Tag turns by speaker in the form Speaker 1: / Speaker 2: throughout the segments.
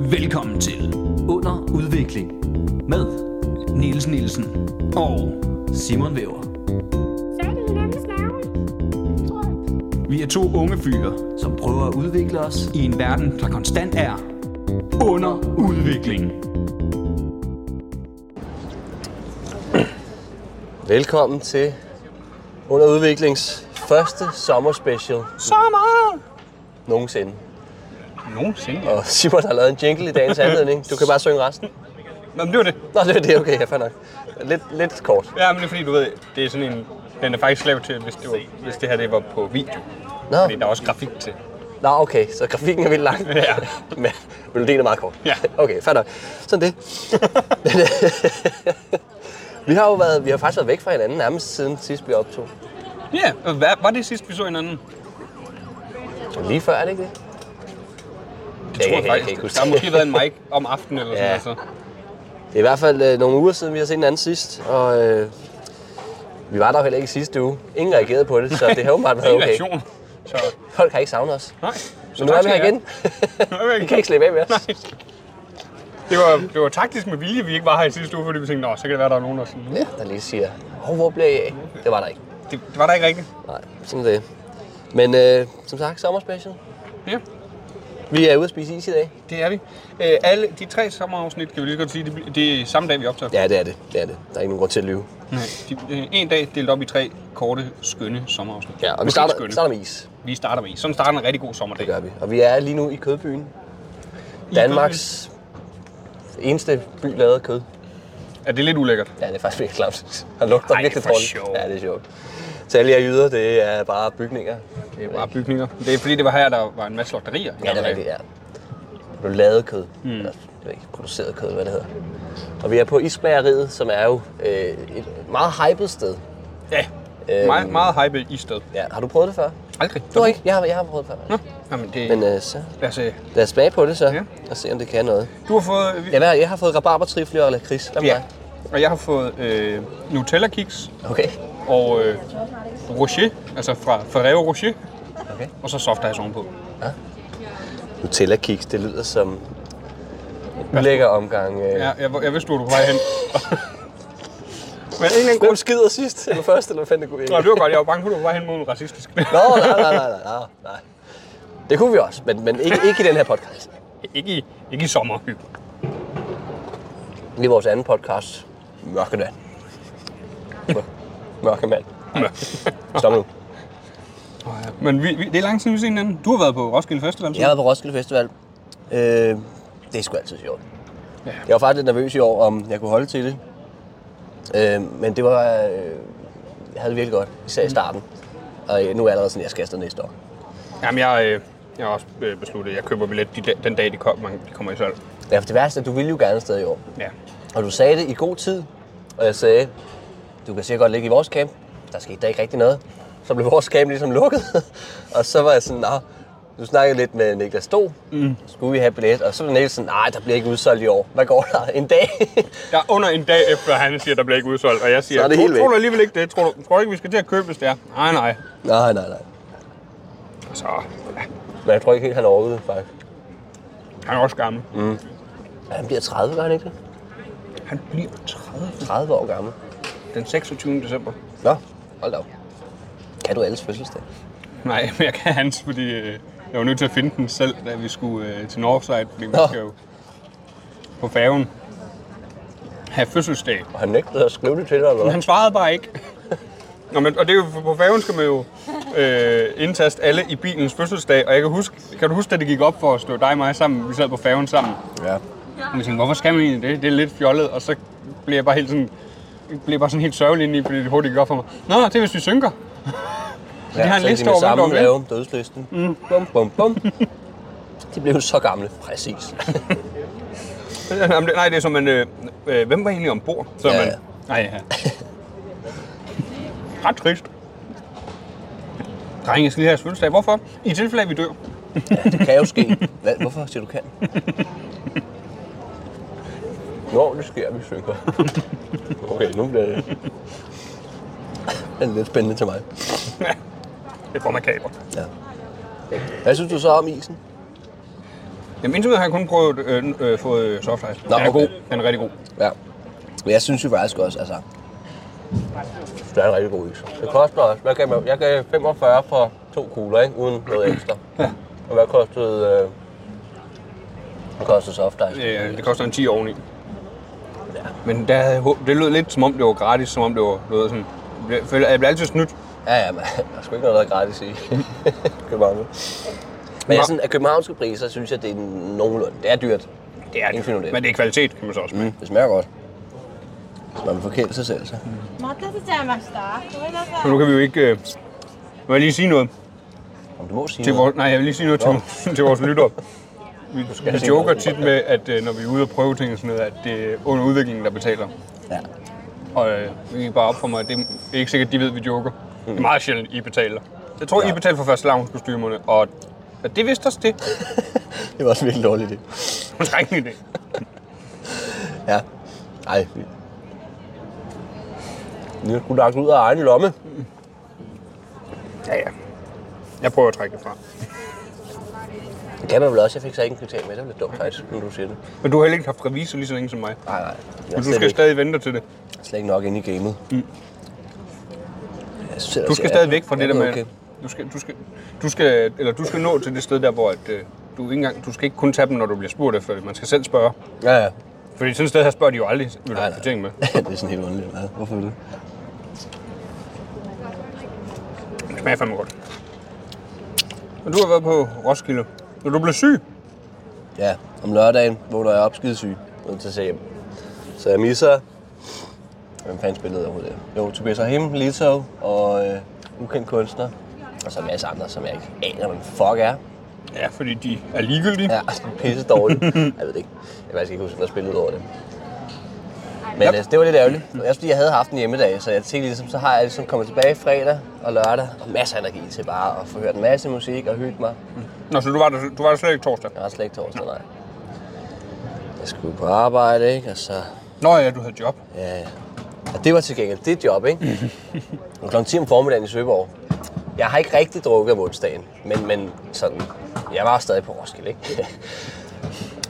Speaker 1: Velkommen til
Speaker 2: Under udvikling med
Speaker 1: Niels Nielsen og
Speaker 2: Simon Væver,
Speaker 3: Sagde de hinandens navne? Tror jeg.
Speaker 1: vi er to unge fyre
Speaker 2: som prøver at udvikle os.
Speaker 1: i en verden, der konstant er under udvikling.
Speaker 4: Velkommen til Underudviklings første sommerspecial
Speaker 1: Sommer!
Speaker 4: nogensinde.
Speaker 1: Nogensinde.
Speaker 4: Og Simon har lavet en jingle i dagens anledning. Du kan bare synge resten.
Speaker 5: Nå, men det var det.
Speaker 4: Nå, det er det, okay, jeg fair nok. Lidt, lidt kort.
Speaker 5: Ja, men det er fordi, du ved, det er sådan en... Den er faktisk lavet til, hvis det, var, hvis det her det var på video.
Speaker 4: Nå,
Speaker 5: Fordi der er også grafik til.
Speaker 4: Nå okay, så grafikken er vildt lang.
Speaker 5: Ja.
Speaker 4: Men melodien er meget kort.
Speaker 5: Ja.
Speaker 4: Okay, fair nok. Sådan det. Men, øh, vi har jo været, vi har faktisk været væk fra hinanden nærmest siden sidst vi optog.
Speaker 5: Ja, og hvad, var det sidst, vi så hinanden?
Speaker 4: Lige før, er det ikke det?
Speaker 5: Det
Speaker 4: Ja,
Speaker 5: tror
Speaker 4: jeg
Speaker 5: jeg
Speaker 4: kan
Speaker 5: faktisk.
Speaker 4: ikke huske
Speaker 5: Der har
Speaker 4: det.
Speaker 5: måske været en mic om aftenen eller
Speaker 4: Ja.
Speaker 5: sådan noget. Så.
Speaker 4: Det er i hvert fald øh, nogle uger siden, vi har set hinanden sidst, og øh, vi var der jo heller ikke i sidste uge. Ingen reagerede på det, så det har åbenbart været
Speaker 5: Ingen
Speaker 4: okay.
Speaker 5: reaktion. Så
Speaker 4: Folk har ikke savnet os.
Speaker 5: nej. Så
Speaker 4: Men nu er
Speaker 5: tak
Speaker 4: vi
Speaker 5: skal
Speaker 4: her
Speaker 5: I
Speaker 4: igen.
Speaker 5: er vi her
Speaker 4: Vi kan ikke slippe af med os.
Speaker 5: Nej. Det var, det var taktisk med vilje, vi ikke var her i sidste uge, fordi vi tænkte, Nå, så kan det være, der er nogen, der er sådan...
Speaker 4: Ja, der lige siger, oh, hvor bliver I af? Det var der ikke.
Speaker 5: Det, det var der ikke rigtigt.
Speaker 4: Nej, sådan er det. Men øh, som sagt, sommerspecial.
Speaker 5: Ja,
Speaker 4: Vi er ude at spise is i dag.
Speaker 5: det er vi. Øh, alle de tre sommerafsnit, kan vi lige godt sige, det, bl- det er samme dag, vi optager.
Speaker 4: Ja, det er det. Det er det. Der er ikke nogen grund til at lyve.
Speaker 5: Nej, de, øh, en dag delt op i tre korte, skønne sommerafsnit.
Speaker 4: Ja, og vi
Speaker 5: Måske
Speaker 4: starter,
Speaker 5: skønne.
Speaker 4: starter med is.
Speaker 5: Vi starter med is. Sådan starter en rigtig god sommerdag.
Speaker 4: Det gør vi. Og vi er lige nu i Kødbyen. Danmarks eneste by lavet af kød.
Speaker 5: Er det lidt ulækkert?
Speaker 4: Ja, det er faktisk virkelig klamt. Han lugter
Speaker 5: Ej,
Speaker 4: virkelig
Speaker 5: for
Speaker 4: dårligt.
Speaker 5: sjov.
Speaker 4: Ja, det er sjovt. Til alle jer yder, det er bare bygninger.
Speaker 5: Det er bare bygninger. Det er fordi, det var her, der var en masse slagterier.
Speaker 4: Ja, det er rigtigt, ja. Du lavede kød. Mm. Eller, jeg ved ikke, produceret kød, hvad det hedder. Og vi er på Isbageriet, som er jo øh, et meget hypet sted.
Speaker 5: Ja,
Speaker 4: Øhm.
Speaker 5: meget, meget hype i sted.
Speaker 4: Ja, har du prøvet det før?
Speaker 5: Aldrig.
Speaker 4: Du har ikke? Jeg har, jeg har prøvet det før.
Speaker 5: Nå, jamen det...
Speaker 4: Men øh, så
Speaker 5: Lad os, øh,
Speaker 4: lad os smage på det så,
Speaker 5: Ja.
Speaker 4: og se om det kan noget.
Speaker 5: du har fået...
Speaker 4: Ja, hvad, jeg har fået rabarbertrifler og lakrids. Hvad med
Speaker 5: ja. Og jeg har fået øh, Nutella kiks
Speaker 4: dig? Okay.
Speaker 5: og øh, Rocher, altså fra Ferrero Rocher,
Speaker 4: okay.
Speaker 5: og så soft ice ovenpå.
Speaker 4: Nutella kiks, det lyder som en lækker omgang. Øh.
Speaker 5: Ja, jeg, jeg vidste, hvor du var på vej hen. Men en
Speaker 4: Hvem skider sidst? Eller først, eller hvad fanden det kunne
Speaker 5: Nå, det var godt. Jeg var bange for, at du var på vej hen mod en racistisk.
Speaker 4: Nå, nej, nej, nej, nej, nej, nej. Det kunne vi også, men, men ikke, ikke i den her podcast.
Speaker 5: ikke, i, ikke i sommerhygge.
Speaker 4: Det er vores anden podcast. Mørke nat. Mørke mand. Stop nu.
Speaker 5: Men vi, vi, det er lang tid, vi har set hinanden. Du har været på Roskilde Festival. så?
Speaker 4: Jeg var på Roskilde Festival. Øh, det er sgu altid sjovt. Jeg var faktisk lidt nervøs i år, om jeg kunne holde til det. Øh, men det var... Øh, jeg havde det virkelig godt, især i starten. Og øh, nu er jeg allerede sådan, jeg skal afsted næste år.
Speaker 5: Jamen, jeg, øh, jeg har også øh, besluttet, at jeg køber billet de, da- den dag, de kommer, de kommer i salg.
Speaker 4: Ja, for det værste er, at du ville jo gerne afsted i år.
Speaker 5: Ja.
Speaker 4: Og du sagde det i god tid, og jeg sagde, du kan sikkert godt ligge i vores camp. Der skete der ikke rigtig noget. Så blev vores camp ligesom lukket. og så var jeg sådan, nå, du snakkede lidt med Niklas Sto. Mm. Skulle vi have billet? Og så var Niklas sådan, nej, der bliver ikke udsolgt i år. Hvad går der? En dag?
Speaker 5: Jeg er under en dag efter, at han siger, at der bliver ikke udsolgt, og jeg siger,
Speaker 4: Så er det
Speaker 5: "Tror-
Speaker 4: helt væk."
Speaker 5: tror du alligevel ikke det? Tror du, tror du ikke, vi skal til at købe, hvis det er? Nej, nej.
Speaker 4: nej, nej, nej.
Speaker 5: Så ja.
Speaker 4: Men jeg tror ikke helt, han overvede, faktisk.
Speaker 5: han er også gammel.
Speaker 4: Han bliver 30, gør han ikke det?
Speaker 5: Han bliver 30
Speaker 4: 30 år gammel.
Speaker 5: den 26. december.
Speaker 4: Nå, hold da op. Kan du alles fødselsdag?
Speaker 5: Nej, men jeg kan hans, fordi øh, jeg var nødt til at finde den selv, da vi skulle øh, til Northside, fordi vi
Speaker 4: Nå.
Speaker 5: skal jo på færgen have fødselsdag.
Speaker 4: Og han nægtede at skrive det til dig, eller
Speaker 5: Men
Speaker 4: hvad?
Speaker 5: han svarede bare ikke. Nå, men, og det er jo, på færgen skal man jo øh, indtaste alle i bilens fødselsdag, og jeg kan huske, kan du huske, da det gik op for os, det var dig og mig sammen, vi sad på færgen sammen,
Speaker 4: Ja.
Speaker 5: og vi tænkte, hvorfor skal man egentlig det, det er lidt fjollet, og så blev jeg bare helt sådan, blev bare sådan helt sørgelig indeni, fordi det hurtigt gik op for mig. Nå, det er, hvis vi synker.
Speaker 4: Ja,
Speaker 5: de har en
Speaker 4: så
Speaker 5: liste
Speaker 4: med
Speaker 5: over, hvem
Speaker 4: samme
Speaker 5: der var
Speaker 4: lave dødslisten. Mm. Bum, bum, bum. De blev så gamle. Præcis.
Speaker 5: Jamen, det- Nej, det er som man, øh, øh, hvem var egentlig ombord? Så
Speaker 4: Ja,
Speaker 5: man,
Speaker 4: ja.
Speaker 5: Nej, ja. Ret trist. Drenge, jeg skal lige have jeres fødselsdag. Hvorfor? I tilfælde, af, at vi dør.
Speaker 4: Det kan jo ske. Hvad, hvorfor siger du kan? Når det sker, vi synker. Okay, nu bliver det... Det er lidt spændende til mig.
Speaker 5: Det får man kaber.
Speaker 4: Ja. Hvad synes du så om isen?
Speaker 5: Jamen indtil videre har jeg kun prøvet, øh, øh, fået øh, soft ice.
Speaker 4: Nå,
Speaker 5: den er
Speaker 4: okay.
Speaker 5: god. Den er rigtig god.
Speaker 4: Ja. Men jeg synes jo faktisk også, altså... Det er en rigtig god is. Det koster også. Hvad gav jeg? jeg gav 45 for to kugler, ikke? Uden noget ekstra. Ja. Og hvad kostede... Øh, hvad kostede soft ice?
Speaker 5: Øh, det koster en 10 oveni. Men der, havde jeg hå- det lød lidt som om det var gratis, som om det var noget sådan... Jeg bliver- føler- Jeg bliver altid snydt.
Speaker 4: Ja, ja, men der er sgu ikke noget, der er gratis i København. Men jeg er sådan, at københavnske priser, synes jeg, det er nogenlunde. Det er dyrt.
Speaker 5: Det er
Speaker 4: Ingen
Speaker 5: det.
Speaker 4: tvivl om det. Mm.
Speaker 5: Men det er kvalitet, kan man så også med.
Speaker 4: Det smager godt. Hvis man vil forkæle sig selv, så.
Speaker 6: お待たせちゃいました。ごめんなさい
Speaker 5: Så。nu kan vi jo ikke... Øh, må jeg lige sige noget?
Speaker 4: Om du må sige
Speaker 5: Til
Speaker 4: noget.
Speaker 5: vores, nej, jeg vil lige sige noget til, til vores lyttere. Vi, vi
Speaker 4: sige
Speaker 5: joker
Speaker 4: noget.
Speaker 5: tit med, at øh, når vi er ude og prøve ting og sådan noget, at det er under udviklingen, der betaler.
Speaker 4: Ja.
Speaker 5: Og øh, vi gik bare op for mig, at det er ikke sikkert, at de ved, at vi joker.
Speaker 4: Mm.
Speaker 5: Det er meget sjældent, I betaler. Jeg tror, I betalte for første lavnskostymerne, og og det vidste os det.
Speaker 4: Det var også virkelig dårligt, det.
Speaker 5: En ringende idé.
Speaker 4: Ja. Ej. vi- Vi har sgu lagt ud af egen lomme.
Speaker 5: Ja, ja. Jeg prøver at trække det fra.
Speaker 4: Det kan man vel også. Jeg fik så ikke en kvarter med. Det var lidt dumt, faktisk, når du siger det.
Speaker 5: Men du har heller ikke haft revisor lige så længe som mig.
Speaker 4: Nej, nej. Jeg er
Speaker 5: Men du
Speaker 4: slet,
Speaker 5: skal
Speaker 4: ikke,
Speaker 5: stadig vente til det.
Speaker 4: slet ikke nok inde i gamet. Mm. Jeg synes,
Speaker 5: Du
Speaker 4: ellers,
Speaker 5: skal
Speaker 4: jeg-
Speaker 5: stadig væk fra
Speaker 4: jeg
Speaker 5: det der
Speaker 4: ved
Speaker 5: med...
Speaker 4: okay.
Speaker 5: Du skal, du, skal, du, skal, eller du skal nå til det sted der, hvor at, øh, du, ikke engang, du skal ikke kun tage dem, når du bliver spurgt efter det. Man skal selv spørge.
Speaker 4: Ja, ja.
Speaker 5: Fordi sådan et sted her spørger de jo aldrig, vil du
Speaker 4: Nej,
Speaker 5: have
Speaker 4: nej.
Speaker 5: fortjent med.
Speaker 4: det er sådan helt underligt. Ja, hvorfor det?
Speaker 5: Det smager fandme godt. Og du har været på Roskilde. Når du blev syg,
Speaker 4: Ja, om lørdagen vågner jeg op skidesyg. Nødt til at se hjem. Så jeg misser... Hvem fanden spillede overhovedet det? Jo, Tobias Rahim, Lito og øh, ukendt kunstner. Og så en masse andre, som jeg ikke aner, hvem fuck er.
Speaker 5: ja, fordi de er ligegyldige.
Speaker 4: Ja, altså, pisse dårligt. jeg ved det ikke. Jeg kan faktisk ikke huske, hvad der spillede over det. Men
Speaker 5: Yep.
Speaker 4: yep. altså, det var lidt ærgerligt. Også fordi jeg havde haft en hjemmedag, så jeg tænkte ligesom, så har jeg ligesom kommet tilbage fredag og lørdag. Og masser af energi til bare at få hørt en masse musik og hygge mig.
Speaker 5: Nå, så du var, der, du var der slet ikke torsdag.
Speaker 4: Jeg var slet ikke torsdag, nej. Jeg skulle på arbejde, ikke? Og så
Speaker 5: Nå ja, du havde job.
Speaker 4: Ja, ja. Og det var til gengæld dit job, ikke? Og klokken 10 om formiddagen i Søborg. Jeg har ikke rigtig drukket om onsdagen, men, men sådan, jeg var stadig på Roskilde, ikke?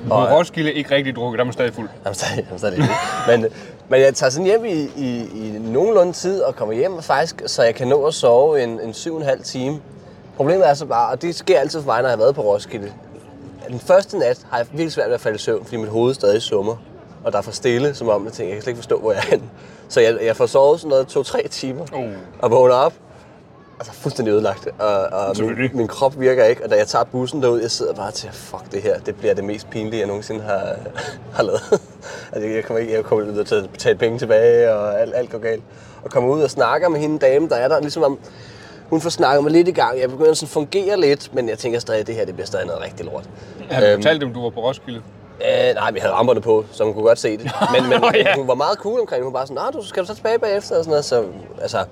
Speaker 5: På Roskilde ikke rigtig drukket, der er man stadig fuld.
Speaker 4: Jamen, stadig, jamen, stadig ikke. Men, men jeg tager sådan hjem i, i, i nogenlunde tid og kommer hjem faktisk, så jeg kan nå at sove en, en syv og en halv time. Problemet er så bare, og det sker altid for mig, når jeg har været på Roskilde. at Den første nat har jeg virkelig svært ved at falde i søvn, fordi mit hoved stadig summer. Og der er for stille, som om jeg tænker, jeg kan slet ikke forstå, hvor jeg er henne. Så jeg, jeg får sovet sådan noget to-tre timer
Speaker 5: Oh.
Speaker 4: og vågner op. Altså fuldstændig ødelagt, og, og min,
Speaker 5: Selvfølgelig.
Speaker 4: min, krop virker ikke. Og da jeg tager bussen derud, jeg sidder bare til, fuck det her, det bliver det mest pinlige, jeg nogensinde har, har lavet. altså, jeg kommer ikke, jeg kommer ud til at betale penge tilbage, og alt, alt går galt. Og kommer ud og snakker med hende dame, der er der, ligesom om, hun får snakket mig lidt i gang. Jeg begynder sådan at fungere lidt, men jeg tænker stadig, at det her det bliver stadig noget rigtig lort.
Speaker 5: Har
Speaker 4: Øhm.
Speaker 5: du fortalt dem, du var på Roskilde?
Speaker 4: Øh, nej, vi havde ramperne på, så hun kunne godt se det. Men, men
Speaker 5: Nå, ja.
Speaker 4: hun var meget cool omkring det. Hun var bare sådan, nej, du skal du så tilbage bagefter og sådan noget. Så, altså,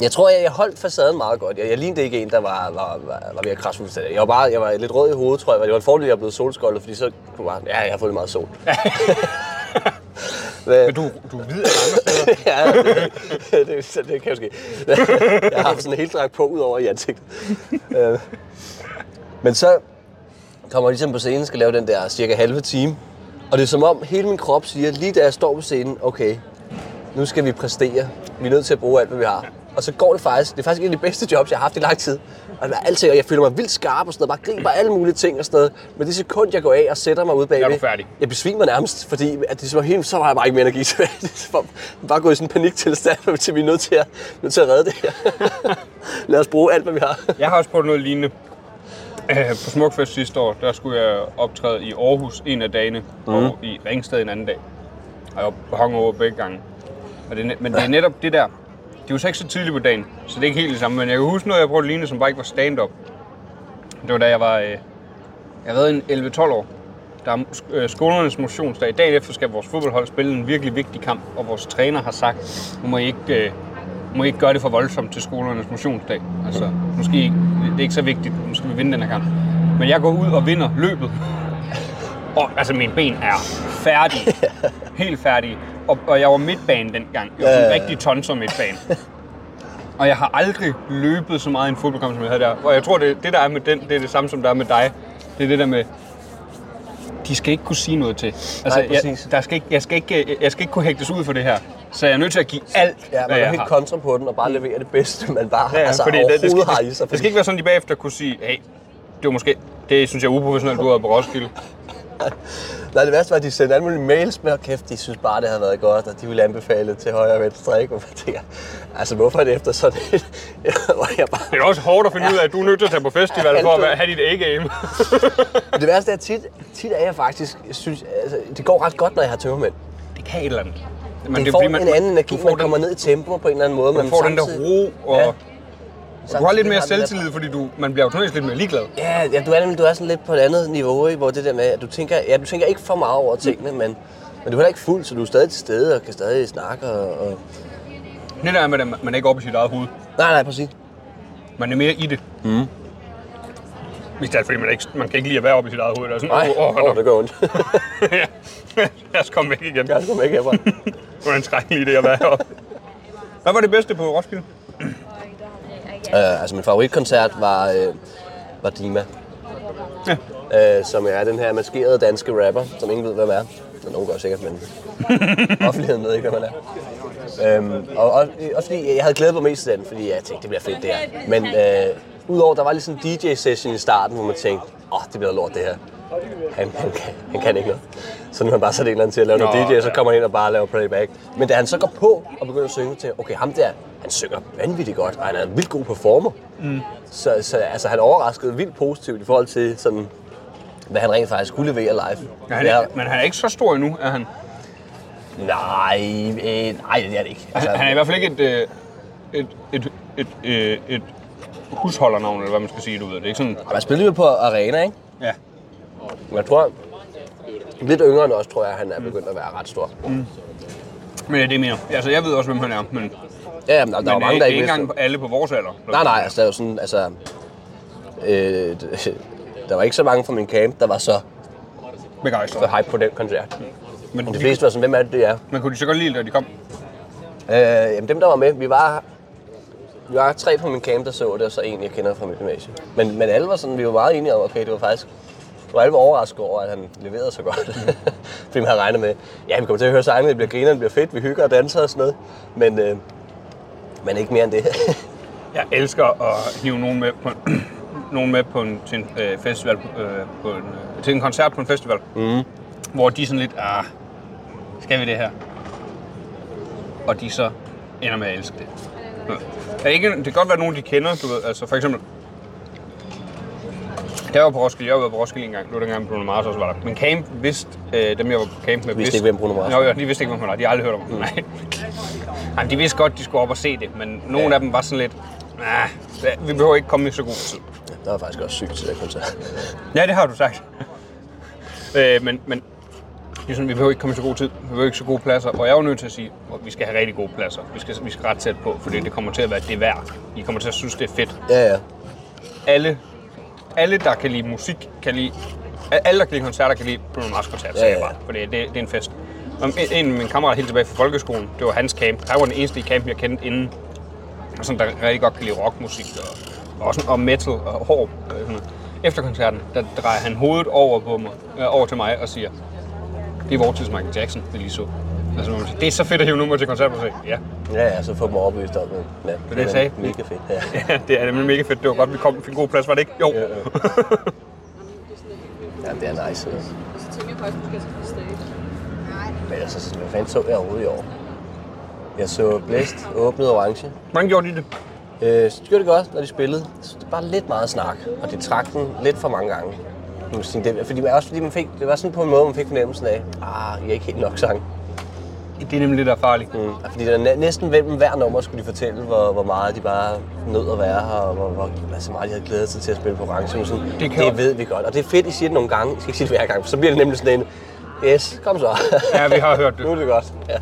Speaker 4: jeg tror, jeg, jeg holdt facaden meget godt. Jeg, jeg lignede ikke en, der var, var, var, var ved at krasse fuldstændig. Jeg var, bare, jeg var lidt rød i hovedet, tror jeg. Det var en fordel, at jeg blev solskoldet, fordi så kunne man bare, ja, jeg har fået meget sol.
Speaker 5: Men du, du er hvid eller andre steder.
Speaker 4: ja, det, det, det, så det kan jo ske. Jeg har haft sådan en helt dragt på ud over i ansigtet. Øh, Men så kommer jeg ligesom på scenen skal lave den der cirka halve time. Og det er som om hele min krop siger, lige da jeg står på scenen, okay, nu skal vi præstere. Vi er nødt til at bruge alt, hvad vi har. Og så går det faktisk, det er faktisk en af de bedste jobs, jeg har haft i lang tid. Og det er altid, og jeg føler mig vildt skarp og sådan noget, bare griber alle mulige ting og sådan noget. Men det sekund, jeg går af og sætter mig ud bagved,
Speaker 5: du færdig.
Speaker 4: jeg besvimer nærmest, fordi at det var helt, så har jeg bare ikke mere energi tilbage. Det er som om, jeg bare gået i sådan en paniktilstand, til vi er nødt til at, nødt til at redde det her. Lad os bruge alt, hvad vi har.
Speaker 5: Jeg har også prøvet noget lignende. Øh, På Smukfest sidste år, der skulle jeg optræde i Aarhus en af dagene, mm. og i Ringsted en anden dag. Og jeg var hungover begge gange. Og det, er ne- men det er netop det der. Det er jo så ikke så tidligt på dagen, så det er ikke helt det samme. Men jeg kan huske noget, jeg prøvede lignende, som bare ikke var stand-up. Det var da jeg var... Øh, jeg var en 11-12 år. Der er sk- øh, skolernes motionsdag. Dagen efter skal vores fodboldhold spille en virkelig vigtig kamp, og vores træner har sagt, nu må I ikke, øh, må I ikke gøre det for voldsomt til skolernes motionsdag. Altså, måske ikke, det er ikke så vigtigt, nu skal vi vinde den her kamp. Men jeg går ud og vinder løbet. Og altså, mine ben er færdige. Helt færdige. Og, og jeg var midtbane dengang. Jeg var sådan en rigtig tonser midtbane. Og jeg har aldrig løbet så meget i en fodboldkamp, som jeg havde der. Og jeg tror, det, det der er med den, det er det samme, som der er med dig. Det er det der med, de skal ikke kunne sige noget til. Altså,
Speaker 4: Nej,
Speaker 5: jeg,
Speaker 4: præcis.
Speaker 5: der skal ikke, jeg, skal ikke, jeg skal ikke kunne hægtes ud for det her. Så jeg er nødt til at give alt,
Speaker 4: Ja,
Speaker 5: hvad
Speaker 4: man er
Speaker 5: jeg
Speaker 4: helt
Speaker 5: har.
Speaker 4: kontra på den og bare levere det bedste, man bare
Speaker 5: Ja,
Speaker 4: altså,
Speaker 5: fordi
Speaker 4: overhovedet
Speaker 5: det, det, skal,
Speaker 4: har i sig.
Speaker 5: det skal ikke være sådan, de bagefter kunne sige, hey, det var måske, det synes jeg er uprofessionelt, du har været på Roskilde.
Speaker 4: Nej, det værste var, at de sendte alle mulige mails med, og kæft, de synes bare, det havde været godt, og de ville anbefale til højre og venstre, ikke? Og man tænker, altså hvorfor er det efter sådan et, hvor jeg bare...
Speaker 5: Det er også hårdt at finde ud af, at du er nødt til at tage på festival for at være- have dit A-game.
Speaker 4: Det værste er, at tit, tit er jeg faktisk, jeg synes, altså, det går ret godt, når jeg har tømmermænd.
Speaker 5: Det kan et eller andet. Men
Speaker 4: Men
Speaker 5: det er
Speaker 4: det får
Speaker 5: fordi,
Speaker 4: man, en anden energi,
Speaker 5: du får
Speaker 4: man kommer
Speaker 5: den,
Speaker 4: ned i tempo på en eller anden måde.
Speaker 5: Du får den der ro, og
Speaker 4: Ja,
Speaker 5: du har lidt mere selvtillid, fordi du, man bliver automatisk lidt mere ligeglad.
Speaker 4: Ja, ja du, er, nemlig- du er sådan lidt på et andet niveau, ikke? hvor det der med, at du tænker, ja, du tænker ikke for meget over tingene, men, men du er heller ikke fuld, så du er stadig til stede og kan stadig snakke. Og, og...
Speaker 5: Det der er med, at man er ikke er oppe i sit eget hoved.
Speaker 4: Nej, nej, præcis.
Speaker 5: Man er mere i det. Mm. Hvis det er, fordi man, ikke, man kan ikke lide at være oppe i sit eget hoved. Der er sådan,
Speaker 4: Nej,
Speaker 5: åh,
Speaker 4: oh,
Speaker 5: oh,
Speaker 4: oh, det gør ondt.
Speaker 5: lad os komme væk igen.
Speaker 4: jeg skal ikke herfra.
Speaker 5: Det var en skrækkelig idé at være heroppe. Hvad var det bedste på Roskilde?
Speaker 4: øh, altså, min favoritkoncert var, øh, var Dima. Ja. Øh, som er den her maskerede danske rapper, som ingen ved, hvem er. Nå, Nogen gør sikkert, men offentligheden ved ikke, hvem han er. Øhm, og, og, også fordi jeg havde glædet mig mest til den, fordi jeg tænkte, det bliver fedt det her. Men øh, udover, der var lige sådan en DJ-session i starten, hvor man tænkte, åh, oh, det bliver lort det her. Han, han, kan, han kan ikke noget. Så nu har man bare sat en eller anden til at lave noget
Speaker 5: Nå,
Speaker 4: DJ, og så
Speaker 5: ja.
Speaker 4: kommer han ind og bare laver playback. Men da han så går på og begynder at synge, til, okay, ham der, han synger vanvittigt godt, og han er en vildt god performer. Mm. Så, så altså, han overraskede vildt positivt i forhold til sådan, hvad han rent faktisk kunne levere live.
Speaker 5: Ja, han er, men han er ikke så stor endnu, er han?
Speaker 4: Nej, øh, nej, det er det ikke. Altså,
Speaker 5: Han er i hvert fald ikke et, øh, et, et, et, et, øh, et husholdernavn, eller hvad man skal sige, du ved. Det er ikke sådan...
Speaker 4: man spiller jo på arena, ikke?
Speaker 5: Ja.
Speaker 4: Men Jeg tror, lidt yngre end os, tror jeg, han er begyndt at være ret stor.
Speaker 5: Men det er det, jeg mener. Altså, jeg ved også, hvem han er, men,
Speaker 4: Ja, jamen, der, der er jo
Speaker 5: men øh,
Speaker 4: mange,
Speaker 5: det
Speaker 4: der
Speaker 5: er
Speaker 4: ikke
Speaker 5: ikke
Speaker 4: vidste.
Speaker 5: engang alle på vores alder.
Speaker 4: Nej, nej, altså, der er jo sådan, altså... Øh, d- der var ikke så mange fra min camp, der var så, så
Speaker 5: Begejstret.
Speaker 4: hype på den koncert.
Speaker 5: Men
Speaker 4: Men de
Speaker 5: de,
Speaker 4: fleste var sådan, hvem er det, det er?
Speaker 5: man kunne de så godt lide, da de kom.
Speaker 4: Øh, jamen, dem, der var med, vi var... Vi var tre fra min camp, der så det, og så en, jeg kender fra mit gymnasie. Men, men alle var sådan, vi var meget enige om, okay, det var faktisk... Vi var alle var overrasket over, at han leverede så godt. Fordi man havde regnet med, ja, vi kommer til at høre sangene, det bliver griner, det bliver fedt, vi hygger og danser og sådan noget. Men, øh, men ikke mere end det.
Speaker 5: Jeg elsker at hive nogen med på, nogen med på en, til en øh, festival, øh, på en, øh, til en koncert på en festival, mm. hvor de sådan lidt, ah, skal vi det her? Og de så ender med at elske det. Ja. Er ikke, det kan godt være nogen, de kender, du ved, altså for eksempel, der var på Roskilde, jeg var på Roskilde engang, det var dengang Bruno Mars også var der. Men camp vidste, øh, dem jeg var på camp med,
Speaker 4: Vidste ikke, hvem Bruno Mars
Speaker 5: Jo, jo, de vidste ikke, hvem han var, de har aldrig hørt om ham. Nej. Jamen, de vidste godt, de skulle op og se det, men nogle ja. af dem var sådan lidt, ah, vi behøver ikke komme i så god tid.
Speaker 4: der var faktisk også sygt til det koncert.
Speaker 5: Ja, det har du sagt. øh, men, men det er sådan, vi behøver ikke komme i så god tid, vi behøver ikke så gode pladser, og jeg er jo nødt til at sige, at vi skal have rigtig gode pladser. Vi skal, vi skal ret tæt på, fordi det kommer til at være det værd. I kommer til at synes, det er fedt.
Speaker 4: Ja, ja.
Speaker 5: Alle, alle der kan lide musik, kan lide, alle, der kan lide koncerter, kan lide Bruno Mars koncert, ja,
Speaker 4: Ja,
Speaker 5: ja.
Speaker 4: ja.
Speaker 5: bare, fordi det, det er en fest. Og en- en af mine kammerater helt tilbage fra folkeskolen, det var hans camp. Han var den eneste i campen, jeg kendte inden. Og sådan, der rigtig godt kan lide rockmusik og, og, sådan, og metal og hård. øh, Sådan. noget. Efter koncerten, der drejer han hovedet over, på mig, øh, over til mig og siger, det er vores tids Michael Jackson, det lige så. Altså, man siger, det er så fedt at hive nummer til koncert, og så ja,
Speaker 4: Ja, ja, så få dem overbevist om det. Ja, det,
Speaker 5: jeg
Speaker 4: er
Speaker 5: sagde.
Speaker 4: Mega fedt, ja.
Speaker 5: ja, det er nemlig mega fedt. Det var godt, vi kom, fik en god plads, var det ikke? Jo.
Speaker 4: ja det er nice. Ja. Men altså, hvad fanden så jeg overhovedet i år? Jeg så Blæst åbnet orange.
Speaker 5: Hvordan gjorde de det?
Speaker 4: Øh, så gjorde det godt, når de spillede. Så det var lidt meget snak, og det trak den lidt for mange gange. Nu må jeg sige, det, fordi, også fordi man fik, det var sådan på en måde, man fik fornemmelsen af, ah, jeg er ikke helt nok sang.
Speaker 5: Det er nemlig det, der er farligt.
Speaker 4: Mm. Fordi der næ- næsten mellem hver nummer skulle de fortælle, hvor, hvor meget de bare nød at være her, og hvor, hvor altså meget de havde glædet sig til at spille på orange. Men Sådan,
Speaker 5: Det
Speaker 4: det,
Speaker 5: kan jo-
Speaker 4: det ved vi godt, og det er fedt, I siger det nogle gange. I skal ikke sige det hver gang, for så bliver det nemlig sådan en, yes, kom så.
Speaker 5: Ja, vi har hørt det.
Speaker 4: nu er det godt. Ja,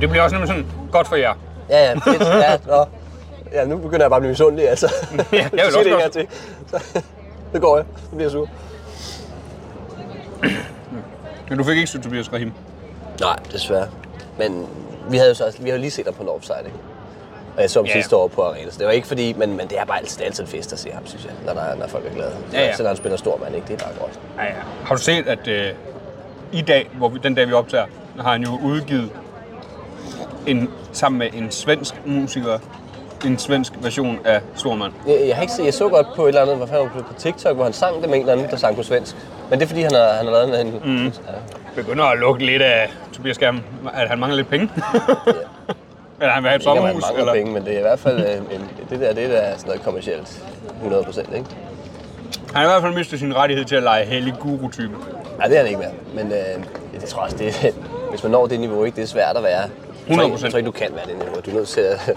Speaker 5: Det bliver også nemlig sådan, godt for jer.
Speaker 4: ja, ja fedt. Ja, nå. ja, nu begynder jeg bare at blive misundelig, altså.
Speaker 5: jeg vil
Speaker 4: Hvis du siger
Speaker 5: også
Speaker 4: det ikke
Speaker 5: godt-
Speaker 4: hertil, så, så går jeg. Så bliver jeg sur.
Speaker 5: Men du fik ikke set Tobias Rahim.
Speaker 4: Nej, desværre. Men vi havde jo så også, vi havde jo lige set ham på Northside, ikke? Og Og jeg så ham
Speaker 5: Ja.
Speaker 4: sidste år på Arena. Så det var ikke fordi, men, men det er bare altid, det er altid en fest at se ham, synes jeg, når, der, er- når folk er glade.
Speaker 5: Ja, ja.
Speaker 4: Selvom han spiller stor mand, ikke? Det er bare godt.
Speaker 5: Ja, ja. Har du set, at øh, i dag, hvor vi, den dag vi optager, der har han jo udgivet en, sammen med en svensk musiker, en svensk version af Stormand.
Speaker 4: Jeg, jeg, har ikke set, jeg så godt på et eller andet, hvad fanden var det, på TikTok, hvor han sang det med en eller anden, der sang på svensk. Men det er fordi, han har, han har lavet en...
Speaker 5: Mhm.
Speaker 4: en mm.
Speaker 5: Begynder at lukke lidt af Tobias Skærm, at han mangler lidt penge. eller han vil have et
Speaker 4: Ikke, om han
Speaker 5: sommerhus,
Speaker 4: mangler
Speaker 5: eller...
Speaker 4: eller... penge, men det er i hvert fald øh, en, det der, det der er sådan noget kommercielt 100 procent, ikke?
Speaker 5: Han har i hvert fald mistet sin rettighed til at lege hellig guru-type.
Speaker 4: Nej, det er han ikke mere. Men øh, jeg tror også, det, hvis man når det niveau, ikke, det er svært at være. Jeg tror, ikke-
Speaker 5: 100%.
Speaker 4: jeg tror ikke, du kan være det niveau. Du er nødt til at,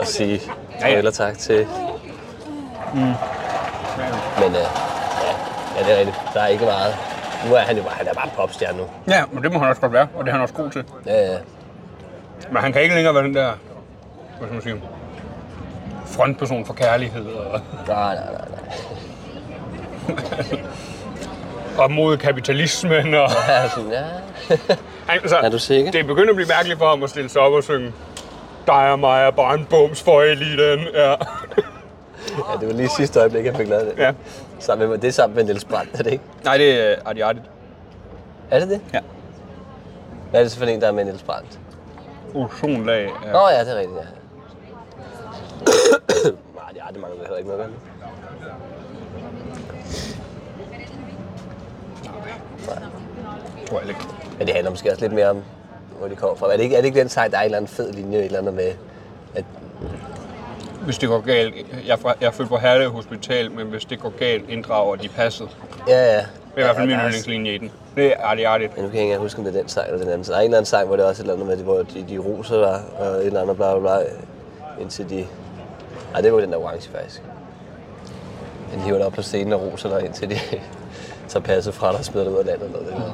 Speaker 4: at sige
Speaker 5: Ja,
Speaker 4: ja,
Speaker 5: ja.
Speaker 4: ja. eller tak til.
Speaker 5: Ja.
Speaker 4: Men øh, ja, ja, det er rigtigt. Der er ikke meget. Nu er han jo bare, han er bare en popstjerne nu.
Speaker 5: ja, men det må han også godt være, og det er han også god til.
Speaker 4: Ja, ja.
Speaker 5: Men han kan ikke længere være den der, hvad skal man sige, frontperson for kærlighed og,
Speaker 4: nej, nej, nej, nej.
Speaker 5: og mod kapitalismen. Og,
Speaker 4: Jeg er sådan, ja.
Speaker 5: altså,
Speaker 4: Er du sikker?
Speaker 5: Det er begyndt at blive mærkeligt for ham at stille sig op og synge dig og mig er bare en bums for eliten. Ja.
Speaker 4: ja, det var lige sidste øjeblik, jeg fik lavet det.
Speaker 5: ja.
Speaker 4: Sammen med, det er sammen med Niels Brandt, er det ikke?
Speaker 5: Nej, det er Adi Adi.
Speaker 4: Er det det?
Speaker 5: Ja.
Speaker 4: Hvad er det så for en, der er med Niels Brandt?
Speaker 5: Ozonlag. Ja.
Speaker 4: Nå ja, det er rigtigt, ja. Nej, det er det mangler heller ikke noget, vel?
Speaker 5: Tror jeg ikke.
Speaker 4: Men det handler måske også lidt mere om, hvor det kommer fra. Er det ikke, er det ikke den sejt, der er en eller anden fed linje, et eller andet med, at
Speaker 5: Hvis det går galt, jeg er, fra, jeg er født på Herlev Hospital, men hvis det går galt, inddrager de passet.
Speaker 4: Ja, ja.
Speaker 5: Det er i hvert fald min
Speaker 4: der er-
Speaker 5: yndlingslinje i den. Det er Adi Adi.
Speaker 4: Men nu kan jeg ikke engang huske, om det er den sang eller den anden. Så der er en eller anden sang, hvor det også er et eller andet med, hvor de, de roser der, og et eller andet bla bla bla, indtil de... Nej, det var den der orange, faktisk. Den hiver dig op på scenen og roser dig, indtil de tager passet fra dig og smider dig ud af landet. Eller noget.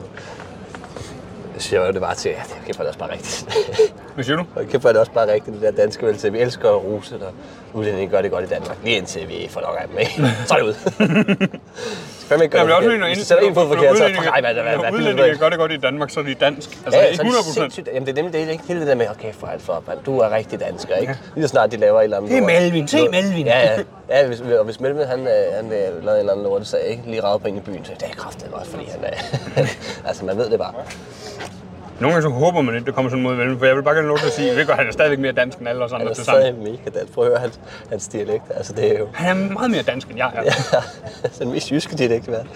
Speaker 4: Jeg siger jo, det var til, ja, det er kæft, hvor er det også bare rigtigt.
Speaker 5: Hvad siger du?
Speaker 4: Og kæft, hvor er det også bare rigtigt, det der danske vel til. Vi elsker at rose, og udlændinge gør det godt i Danmark. Lige indtil vi får nok af dem, ikke? Så er det ud. Skal fandme ikke
Speaker 5: Ja,
Speaker 4: gøre
Speaker 5: men også
Speaker 4: forkert.
Speaker 5: når,
Speaker 4: Hvis du sætter en fod forkert, så nej, hvad, hvad, hvad,
Speaker 5: når
Speaker 4: hvad,
Speaker 5: udlændinge gør det godt i Danmark, så er de dansk. Altså, det er
Speaker 4: så
Speaker 5: ikke 100 procent.
Speaker 4: sindssygt. Jamen, det er nemlig det, ikke? Hele det der med, okay, for alt for mand, du er rigtig dansker, ikke? Lige så snart de laver et eller andet
Speaker 5: Det er
Speaker 4: lort.
Speaker 5: Melvin, se
Speaker 4: Noget-
Speaker 5: Melvin.
Speaker 4: Ja, ja. ja hvis, og hvis Melvin, han, øh, han øh, lavede en eller anden lort, så ikke lige ravet på en i byen, så det er kraftigt også, fordi han er... altså, man ved det bare.
Speaker 5: Nogle gange så håber man ikke, det kommer sådan mod velven, for jeg vil bare gerne have lov til at sige, at han er stadigvæk mere dansk end alle os
Speaker 4: Han
Speaker 5: andre
Speaker 4: er
Speaker 5: til sammen.
Speaker 4: stadig mega dansk. Prøv at høre hans, hans dialekt. Altså, det er jo...
Speaker 5: Han er meget mere dansk end jeg er.
Speaker 4: Ja, den mest jyske dialekt i verden.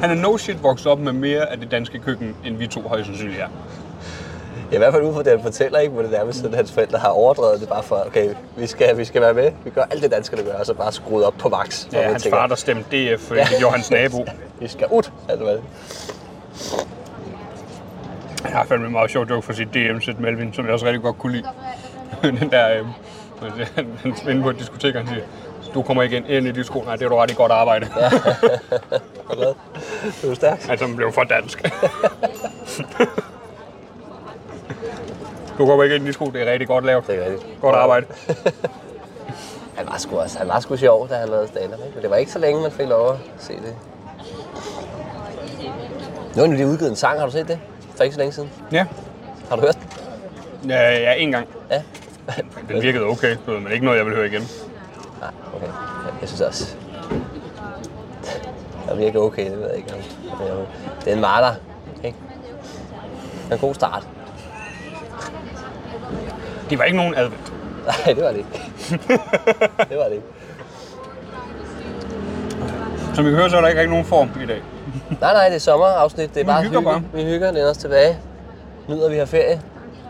Speaker 5: Han er no shit vokset op med mere af det danske køkken, end vi to højst sandsynligt er.
Speaker 4: Ja, I hvert fald ud fra det, han fortæller, ikke? Hvor det nærmest sådan, at hans forældre har overdrevet det bare for, okay, vi skal, vi skal være med. Vi gør alt det danskerne gør, og så bare skruet op på max. hvor
Speaker 5: Ja,
Speaker 4: man
Speaker 5: hans
Speaker 4: tænker,
Speaker 5: far, der stemte DF, fordi det gjorde hans nabo.
Speaker 4: Vi skal ud, altså hvad?
Speaker 5: Han har fandme en meget sjov joke for sit DM-sæt Melvin, som jeg også rigtig godt kunne lide. Den der, øh, hvad er det, han- han er inde på et diskotek, og han siger, du kommer igen ind i de sko. Nej, det var du ret i godt arbejde. Ja.
Speaker 4: Godt lavet. Er du stærk?
Speaker 5: Altså, han blev for dansk. du kommer ikke ind i de sko, det er rigtig godt lavet.
Speaker 4: Det er rigtigt.
Speaker 5: Godt arbejde.
Speaker 4: Han var sgu også, han var sgu sjov, da han lavede stand ikke? Men det var ikke så længe, man fik lov at se det. Nu har de lige udgivet en sang, har du set det? For ikke så længe siden.
Speaker 5: Ja,
Speaker 4: Har du hørt den?
Speaker 5: ja, ja en gang.
Speaker 4: Ja.
Speaker 5: Den virkede okay, du ved, men ikke noget, jeg vil høre igen.
Speaker 4: Nej, okay. Ja, Jeg synes også. Det er virkelig okay, det ved jeg ikke. om- om jeg vil. Det er en marter, ikke? Det er en god start.
Speaker 5: Det var ikke nogen advent.
Speaker 4: Nej, det var det ikke. det var det ikke.
Speaker 5: Som I kan høre, så er der ikke rigtig nogen form i dag.
Speaker 4: Nej, nej, det er sommerafsnit. Det er
Speaker 5: Vi
Speaker 4: bare
Speaker 5: hygger
Speaker 4: hygge.
Speaker 5: bare.
Speaker 4: Vi hygger, læner os tilbage. Nyder, vi har ferie.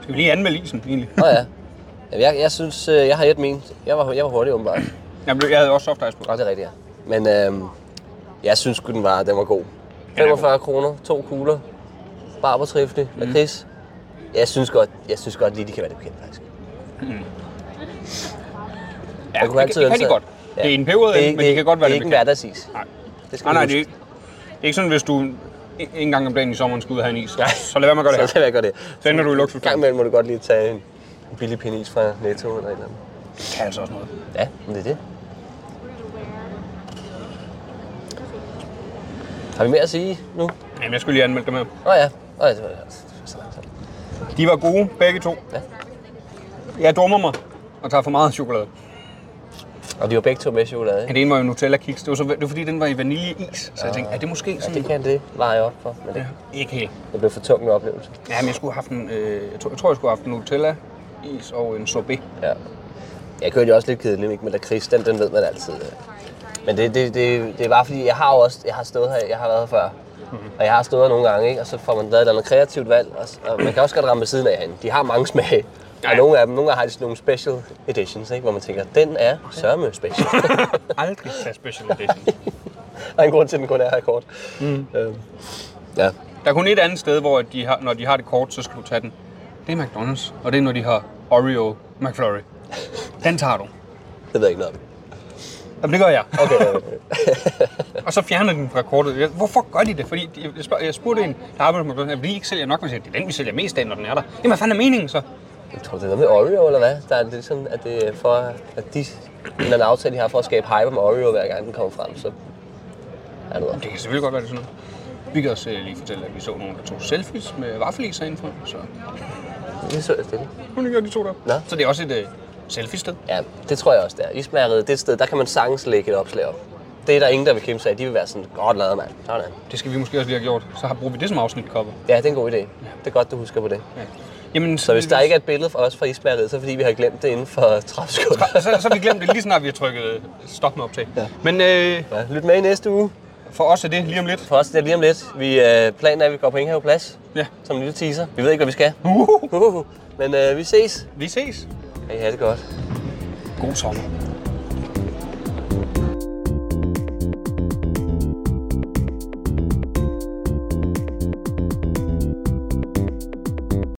Speaker 5: Skal vi lige anmelde isen, egentlig?
Speaker 4: Nå ja. Jamen, jeg, jeg synes, øh, jeg har et min. Jeg var, jeg var hurtig, åbenbart.
Speaker 5: Jeg, blev, jeg havde også softice på.
Speaker 4: Nå, det er rigtigt, ja. Men øhm, jeg synes sgu, den var, den var god.
Speaker 5: er god. Mhm.
Speaker 4: 45 kroner, to kugler, barbertrifle, mm. lakrids. Jeg synes godt, jeg synes godt lige, de kan være det bekendt, faktisk.
Speaker 5: Ja,
Speaker 4: Man kunne altid
Speaker 5: det, det kan
Speaker 4: ønske
Speaker 5: de
Speaker 4: sig-
Speaker 5: godt. Ja. Det er en periode,
Speaker 4: er
Speaker 5: men det, kan godt være
Speaker 4: det er
Speaker 5: det
Speaker 4: ikke en
Speaker 5: bekendt.
Speaker 4: hverdagsis.
Speaker 5: Nej.
Speaker 4: Det skal
Speaker 5: Nej,
Speaker 4: man
Speaker 5: nej, det er
Speaker 4: huske.
Speaker 5: ikke, det er ikke sådan, hvis du en, en gang om dagen i sommeren skal ud og have en is. Så lad være med at gøre det
Speaker 4: Så
Speaker 5: her.
Speaker 4: kan jeg gøre det.
Speaker 5: Så ender du i
Speaker 4: En gang
Speaker 5: luksusfælden.
Speaker 4: imellem må du godt lige tage en en billig pinis fra Netto eller et eller andet.
Speaker 5: Det kan altså også noget.
Speaker 4: Ja, men det er det. Har vi mere at sige nu?
Speaker 5: Jamen, jeg skulle lige anmelde dem her.
Speaker 4: Nå ja. Nå, ja, det var det. var så langt.
Speaker 5: De var gode, begge to.
Speaker 4: Ja.
Speaker 5: Jeg dummer mig og tager for meget chokolade.
Speaker 4: Og de var begge to med chokolade, ikke?
Speaker 5: Den ene var jo Nutella kiks. Det var, så, det var fordi, den var i vaniljeis. Så jeg tænkte, er det måske
Speaker 4: Ah, Ja,
Speaker 5: sådan?
Speaker 4: det kan det veje op for, men det,
Speaker 5: Ikke helt.
Speaker 4: det blev for tung en oplevelse.
Speaker 5: Ja, men jeg skulle have haft en, øh, jeg, tror, jeg tror, jeg skulle have haft en Nutella is og en sorbet.
Speaker 4: Ja. Jeg kørte jo også lidt kedelig, ikke? men lakrids, den, den ved man altid. øh. Men det, det, det, det er bare fordi, jeg har jo også, jeg har stået her, jeg har været her før. Og jeg har stået her nogle gange, ikke? og så får man lavet et eller andet kreativt valg. Og, s- og man kan også godt ramme ved siden af hinanden. De har mange smage. Og
Speaker 5: Ja.
Speaker 4: nogle af dem, nogle gange har de sådan nogle special editions, ikke? hvor man tænker, den er sørme special.
Speaker 5: Aldrig tage special edition.
Speaker 4: der er en grund til, at den kun er her kort. Mm. Øhm, ja.
Speaker 5: Der er kun et andet sted, hvor de har, når de har det kort, så skal du tage den. Det er McDonald's, og det er, når de har Oreo McFlurry. Den tager du.
Speaker 4: Det ved jeg ikke noget om.
Speaker 5: Jamen, det gør jeg.
Speaker 4: Okay, øh,
Speaker 5: Og så fjerner de den fra kortet. Jeg- Hvorfor gør de det? Fordi de- jeg, spørg, jeg spurgte en, der arbejder med McDonald's, at vi ikke sælger nok, men det er den, vi sælger mest af, når den er der. Jamen, hvad fanden er meningen så?
Speaker 4: jeg tror, det er noget med Oreo, eller hvad? Der er det sådan, at det er for, at de, en eller anden aftale, de har for at skabe hype om Oreo, hver gang den kommer frem, så er det
Speaker 5: Det kan selvfølgelig godt være, det er sådan noget. Vi kan også øh, lige fortælle, at vi så nogen, der tog selfies med vaffeliser indenfor. Så
Speaker 4: Det så jeg stille.
Speaker 5: hun gør de to der.
Speaker 4: Nå.
Speaker 5: Så det er også et øh, selfie-sted.
Speaker 4: Ja, det tror jeg også, der. Ismærket, det er et sted, der kan man sagtens lægge et opslag op. Det er der ingen, der vil kæmpe sig af. De vil være sådan, godt lavet, mand. Sådan.
Speaker 5: Det skal vi måske også lige have gjort. Så har brugt vi det som afsnit cover.
Speaker 4: Ja, det er en god idé. Det er godt, du husker på det.
Speaker 5: Ja. Jamen, øh,
Speaker 4: Så hvis der ikke er et billede fra os fra Ismærket, så er det fordi, vi har glemt det inden for 30 sekunder.
Speaker 5: så, så har vi glemt det lige snart, vi har trykket øh, stop med optag. Ja. Men øh,
Speaker 4: Ja, lyt med i næste uge.
Speaker 5: for os er det lige om lidt.
Speaker 4: For os det er lige om lidt. Vi, øh, planen er, at vi går på Inghave Plads
Speaker 5: Ja.
Speaker 4: som en lille teaser. Vi ved ikke, hvad vi skal.
Speaker 5: Uhuhu.
Speaker 4: Men øh, vi ses.
Speaker 5: Vi ses.
Speaker 4: Ja, det er godt.
Speaker 5: God sommer.